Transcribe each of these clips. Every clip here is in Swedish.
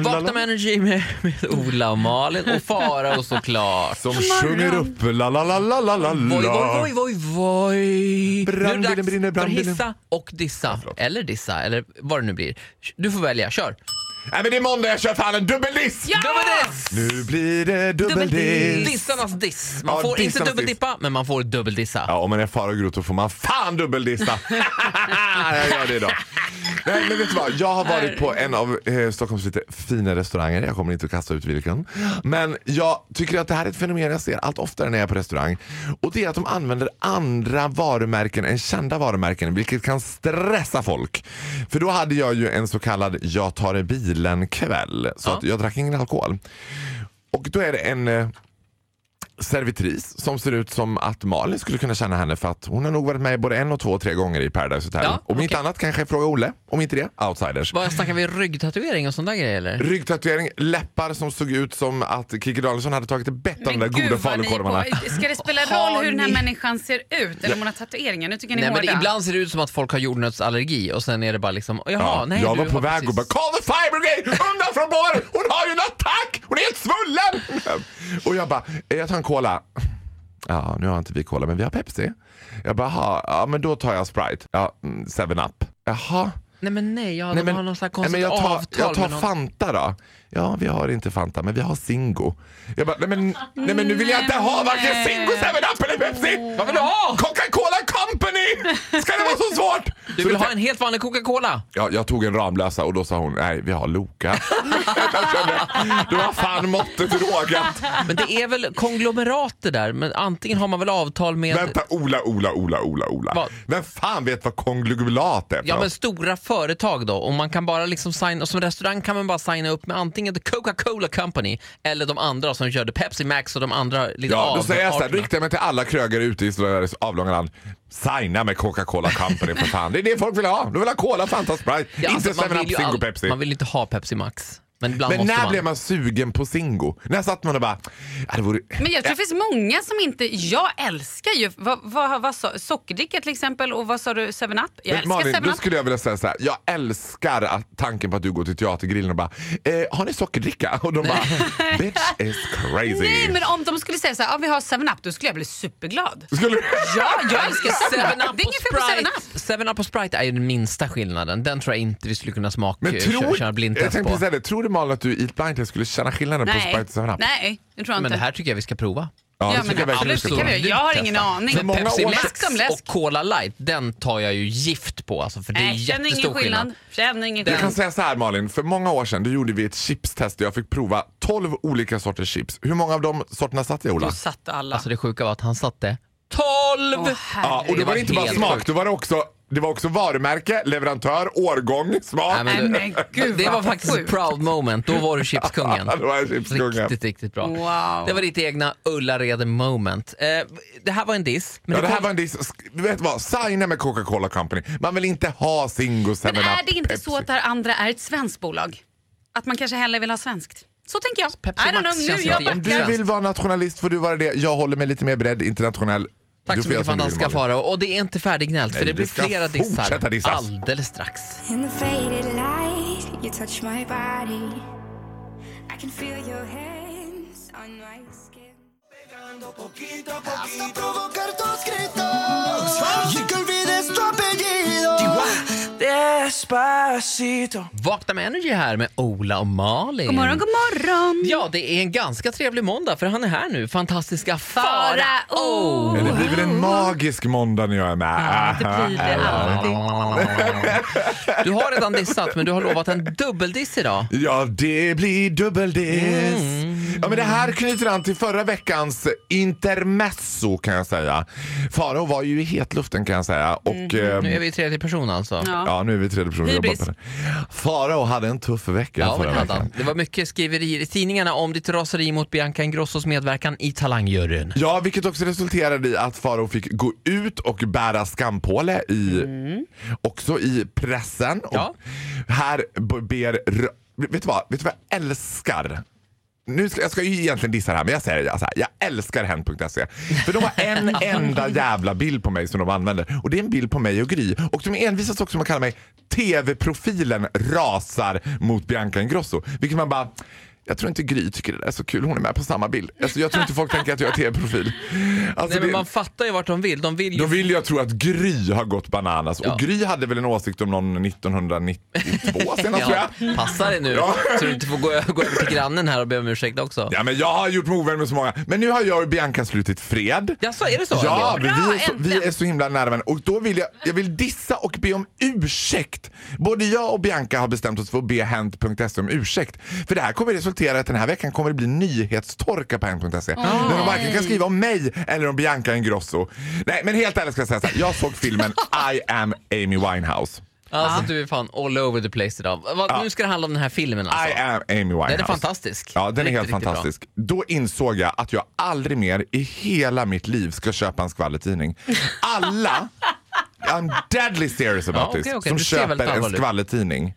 Vakna med Energy med, med Ola och Malin och Farao såklart. Som sjunger upp la la la la la la Voj, la. voj, voj, voj, voj. Brandbilen nu är det dags brinner, för brandbilen. hissa och dissa. eller dissa, eller vad det nu blir. Du får välja, kör. Nej men det är måndag, jag kör fan en dubbeldiss! Dubbeldiss! Nu blir det dubbeldiss! Dissarnas diss. Man Ja, får inte dissarnas dubbeldippa, men man får dubbeldissa. Ja, om man är far och grotto får man fan dubbeldissa! jag gör det idag. Nej, men vet du vad? Jag har varit på en av eh, Stockholms lite fina restauranger. Jag kommer inte att kasta ut vilken. Men jag tycker att det här är ett fenomen jag ser allt oftare när jag är på restaurang. Och det är att de använder andra varumärken än kända varumärken, vilket kan stressa folk. För då hade jag ju en så kallad jag tar i bilen-kväll. Så att jag drack ingen alkohol. Och då är det en eh, servitris som ser ut som att Malin skulle kunna känna henne för att hon har nog varit med både en och två och tre gånger i Paradise Hotel. Ja, Om inte okej. annat kanske jag frågar Olle. Om inte det, outsiders. Vad snackar vi ryggtatuering och sån där grejer eller? Ryggtatuering, läppar som såg ut som att Kikki Danielsson hade tagit ett bett av de där goda vad ni falukorvarna. är på- Ska det spela Har roll hur den här ni- människan ser ut? Eller om hon har tatueringar? Nu tycker ni Nej, men hårda. det, ibland ser det ut som att folk har jordnötsallergi och sen är det bara liksom, jaha, Ja, nej jag du var på har väg precis- och bara Call the fire brigade! Undan från båren! Hon har ju en attack! Hon är helt svullen! Och jag bara, "Eh, jag tar en cola. Ja, nu har inte vi cola men vi har Pepsi. Jag bara, "Jaha, ja men då tar jag Sprite. Ja, mm, 7-Up. Jaha. Nej men nej, jag Nej, de har någon sån här nej, konstigt men jag tar, avtal jag tar med någon. Fanta då. Ja, vi har inte Fanta, men vi har Zingo. Jag bara, nej men, nej, men nu vill jag inte ha varken Zingo, 7-Up eller Pepsi! Vad vill du ha? Coca-Cola Company! Ska det vara så svårt? Du Så vill då ha en helt vanlig Coca-Cola? Ja, jag tog en Ramlösa och då sa hon nej, vi har Loka. jag kände, då har fan måttet rågat. Men det är väl konglomerat det där, men antingen har man väl avtal med Vänta, Ola, Ola, Ola, Ola, Ola. Vad? Vem fan vet vad konglomerat är? för Ja men något? stora företag då och man kan bara liksom signa, och som restaurang kan man bara signa upp med antingen The Coca-Cola Company eller de andra som körde Pepsi Max och de andra liksom Ja, då säger jag så här, avarterna. riktar jag mig till alla krögare ute i Sveriges avlånga land. Signa med Coca-Cola Company för fan. Det är det folk vill ha. De vill ha Cola, Fanta, Sprite. Ja, alltså, Inte man 7-Up, vill ju Zingo, all- Pepsi. Man vill inte ha Pepsi Max. Men ibland Men måste när man. blev man sugen på Zingo? När satt man och bara, ja, det vore... Men jag tror det finns många som inte... Jag älskar ju vad, vad, vad, sa- sockerdricka till exempel och vad sa du, 7-Up? Jag Men Malin, älskar då 7-Up. skulle jag vilja säga så här. Jag älskar att tanken på att du går till teatergrillen och bara eh, “Har ni sockerdricka?” och de bara “Bitch is crazy”. Nej men om de skulle säga så här, ah, vi har 7-Up, då skulle jag bli superglad. Skulle du? Ja, jag älskar 7-Up. Seven Det är Up och inget fel på 7-Up. Sprite. Seven Up och Sprite är ju den minsta skillnaden. Den tror jag inte vi skulle kunna smaka Men tror, köra jag blindtest tänkte på. precis säga det, tror du Malin att du i ett blindtest skulle känna skillnaden på Nej, Sprite och 7-Up? nej, det tror jag Men det inte. här tycker jag vi ska prova. Ja, det Ja, tycker men jag verkligen absolut, du det ska kan göra. vi göra. Jag har ingen aning. Men Men många Pepsi år- Max Läsk som läsk. och Cola Light, den tar jag ju gift på alltså, för det är Nej, Äh, känner ingen jättestor skillnad. skillnad. Känner ingen Jag kan skillnad. säga så här Malin, för många år sedan då gjorde vi ett chipstest där jag fick prova 12 olika sorters chips. Hur många av de sorterna satt jag Ola? Du satte alla. Alltså det sjuka var att han satte 12! Åh, Ja, och det då var var det inte bara helt smak, sjukt. då var det också, det var också varumärke, leverantör, årgång, smak. Nej, men Nej, men du, gud, det var vad faktiskt ett sjukt. proud moment. Då var du chipskungen. Ja, då var jag chipskungen. Riktigt, riktigt bra. Wow. Det var ditt egna Ullared moment. Eh, det här var en diss. Men Ja, det här kom- var en diss. Sk- Du vet vad? Signa med Coca-Cola Company. Man vill inte ha Zingo, 7 Men är det inte så att det här andra är ett svenskt bolag? Att man kanske hellre vill ha svenskt? Så tänker jag. Pepsi I don't Max know, känns nu jag inte Om du jättebra. backar. vill vara nationalist får du vara det. Jag håller mig lite mer bredd, internationell. Tack Du så får göra mycket för som du vill, danska Malin. Farao. Och det är inte färdiggnällt för Nej, det det blir ska flera fortsätta dissar dissas. alldeles strax. In the faded light, you touch my body. I can feel your hands on my skin. Hasta provocar tus gritos y que olvides tu apellido. Despacito. Vakna med Energy här med Ola och Malin. God morgon, god morgon. Ja, det är en ganska trevlig måndag för han är här nu, fantastiska Farao! Farao. Men det blir väl en magisk måndag när jag är med. Det blir det alltid. Du har redan dissat men du har lovat en dubbeldiss idag. Mm. Ja, det blir dubbeldiss. Ja, men det här knyter an till förra veckans intermezzo kan jag säga. Faro var ju i hetluften kan jag säga. Och, Mm-hmm. ehm, Nu är vi i tredje person alltså. Ja. Ja, nu är vi tredje personer. Hybris. Farao hade en tuff vecka Ja, förra det, hade han. veckan. det var mycket skriverier i tidningarna om ditt raseri mot Bianca Ingrossos medverkan i Talangjuryn. Ja, vilket också resulterade i att Farao fick gå ut och bära skampåle i, också i pressen. Ja. Och här b- ber... r- Vet du vad, vet du vad jag älskar? Nu ska, jag ska ju egentligen dissa det här, men jag säger det. så här, jag älskar hen.se. För de har en enda jävla bild på mig som de använder. Och det är en bild på mig och Gry. Och de envisas också med att kalla mig TV-profilen rasar mot Bianca Ingrosso. Vilket man bara... Jag tror inte Gry tycker det där är så kul. Hon är med på samma bild. Alltså, jag tror inte folk tänker att jag är TV-profil. Alltså, Nej, men det- man fattar ju vart de vill. De vill ju då vill jag tro att Gry har gått bananas. Ja. Och Gry hade väl en åsikt om någon 1992 senast tror jag. Passa dig nu Ja. så du inte får gå, gå över till grannen här och be om ursäkt också. Ja, men jag har gjort mig ovän med så många. Men nu har jag och Bianca slutit fred. Jaså, är det så? Ja, men vi, är så, äntligen. vi är så himla nära varandra. Och då vill jag, jag vill dissa och be om ursäkt. Både jag och Bianca har bestämt oss för att be Hent.se E om ursäkt. För det här kommer resultera i att den här veckan kommer det bli nyhetstorka på Hent.se. Där E. de varken kan skriva om mig eller om Bianca Ingrosso. Nej, men helt ärligt ska jag säga så här. Jag såg filmen I am Amy Winehouse. Alltså du är fan all over the place idag. Vad- Nu ska det handla om den här filmen alltså. I am Amy Winehouse. Den är fantastisk. Ja, den är Riktigt, helt riktigt bra. fantastisk. Då insåg jag att jag aldrig mer i hela mitt liv ska köpa en skvallertidning. Alla, I'm deadly serious about Ja, okej, this, okej. som Du ser väldigt köper en allvarlig ut. skvallertidning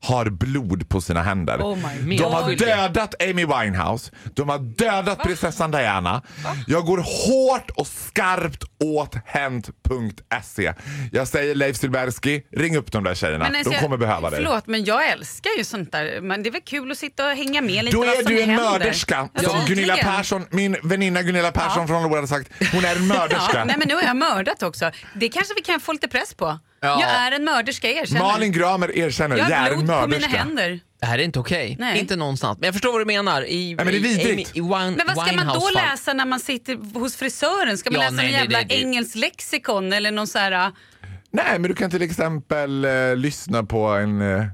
har blod på sina händer. Oh my de har God. dödat Amy Winehouse, de har dödat prinsessan Diana. Jag går hårt och skarpt åt Hent.se. E. Jag säger Leif Silbersky, ring upp de där tjejerna. Men alltså, de jag- kommer behöva dig. Förlåt, men jag älskar ju sånt där. Men det är väl kul att sitta och hänga med lite Då vad är som du en händer. mörderska. Ja, Som Gunilla verkligen. Persson, min väninna Gunilla Persson från Lola hade sagt. Hon är en mörderska. Ja, nej men nu har jag mördat också. Det kanske vi kan få lite press på. Ja. Jag är en mörderska, erkänner. Malin Gramer erkänner, jag jag har är en blod på mina mörderska. händer. Det här är inte okej. Nej. Inte någonstans. Men jag förstår vad du menar. I, men det är i- vidrigt. I, i Wine, Men vad ska man då Winehouse fall. läsa när man sitter hos frisören? Ska man Ja, läsa nej, en nej, jävla nej, det- engelsk lexikon eller någon så här... Nej, men du kan till exempel eh, lyssna på en, eh,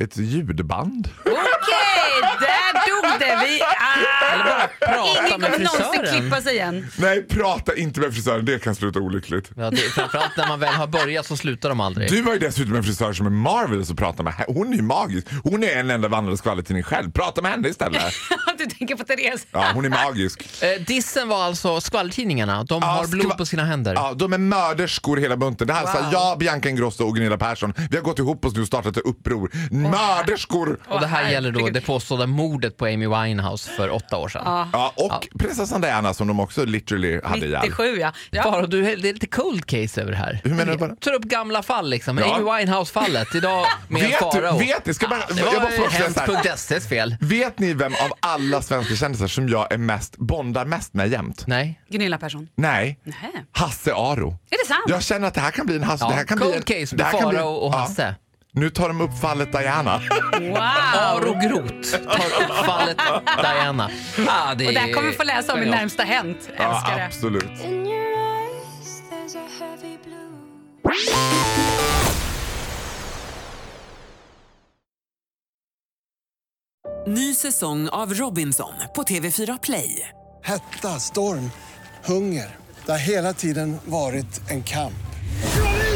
ett ljudband. Okej, där dog det. Vi, Eller ah, bara prata ingen med kommer någonsin frisören. klippa sig igen. Nej, prata inte med frisören. Det kan sluta olyckligt. Ja, det, framförallt när man väl har börjat så slutar de aldrig. Du har ju dessutom en frisör som är Marvel att prata med. Hon är ju magisk. Hon är en enda vandrande skvallertidning själv. Prata med henne istället. du tänker på Therese. Ja, hon är magisk. Eh, dissen var alltså skvallertidningarna. De har Ja, blod skva- på sina händer. Ja, de är mörderskor hela bunten. Det här sa jag, Bianca Ingrosso och Gunilla Persson. Vi har gått ihop oss nu och startat ett uppror. Mörderskor! Och det här Åh, gäller då herregud. det påstådda mordet på Amy Winehouse för åtta år sedan. Ja, och prinsessan Diana som de också literally hade ihjäl. 97 ja. ja. Faro, du, det är lite cold case över det här. Hur menar du bara? tar upp gamla fall liksom. Ja. Amy Winehouse-fallet idag med Vet du- Farao. vet ni? Ska bara- det jag var måste bara säga så här. Hent.ses fel. Vet ni vem av alla svenska kändisar som jag är mest, bondar mest med jämt? Nej. Gunilla Persson. Nej. Nähä. Hasse Aro. Är det sant? Jag känner att det här kan bli en Hasse... Ja, det här kan cold bli en, case det med här kan bli- Farao och ja. Hasse. Nu tar de upp fallet Diana. Wow! Aro Groth tar upp fallet Diana. Ah, det Och det här kommer vi få läsa om i genialt. närmsta Hänt. Älskar ja, det. absolut. In your eyes, there's a heavy blue. Ny säsong av Robinson på TV4 Play. Hetta, storm, hunger. Det har hela tiden varit en kamp.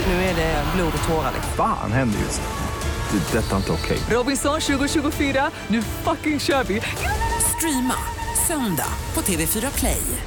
Nu är det blod och tårar. Fan händer just det. Det är detta inte okej. Robinson 2024, nu fucking kör vi! Streama söndag på TV4 Play.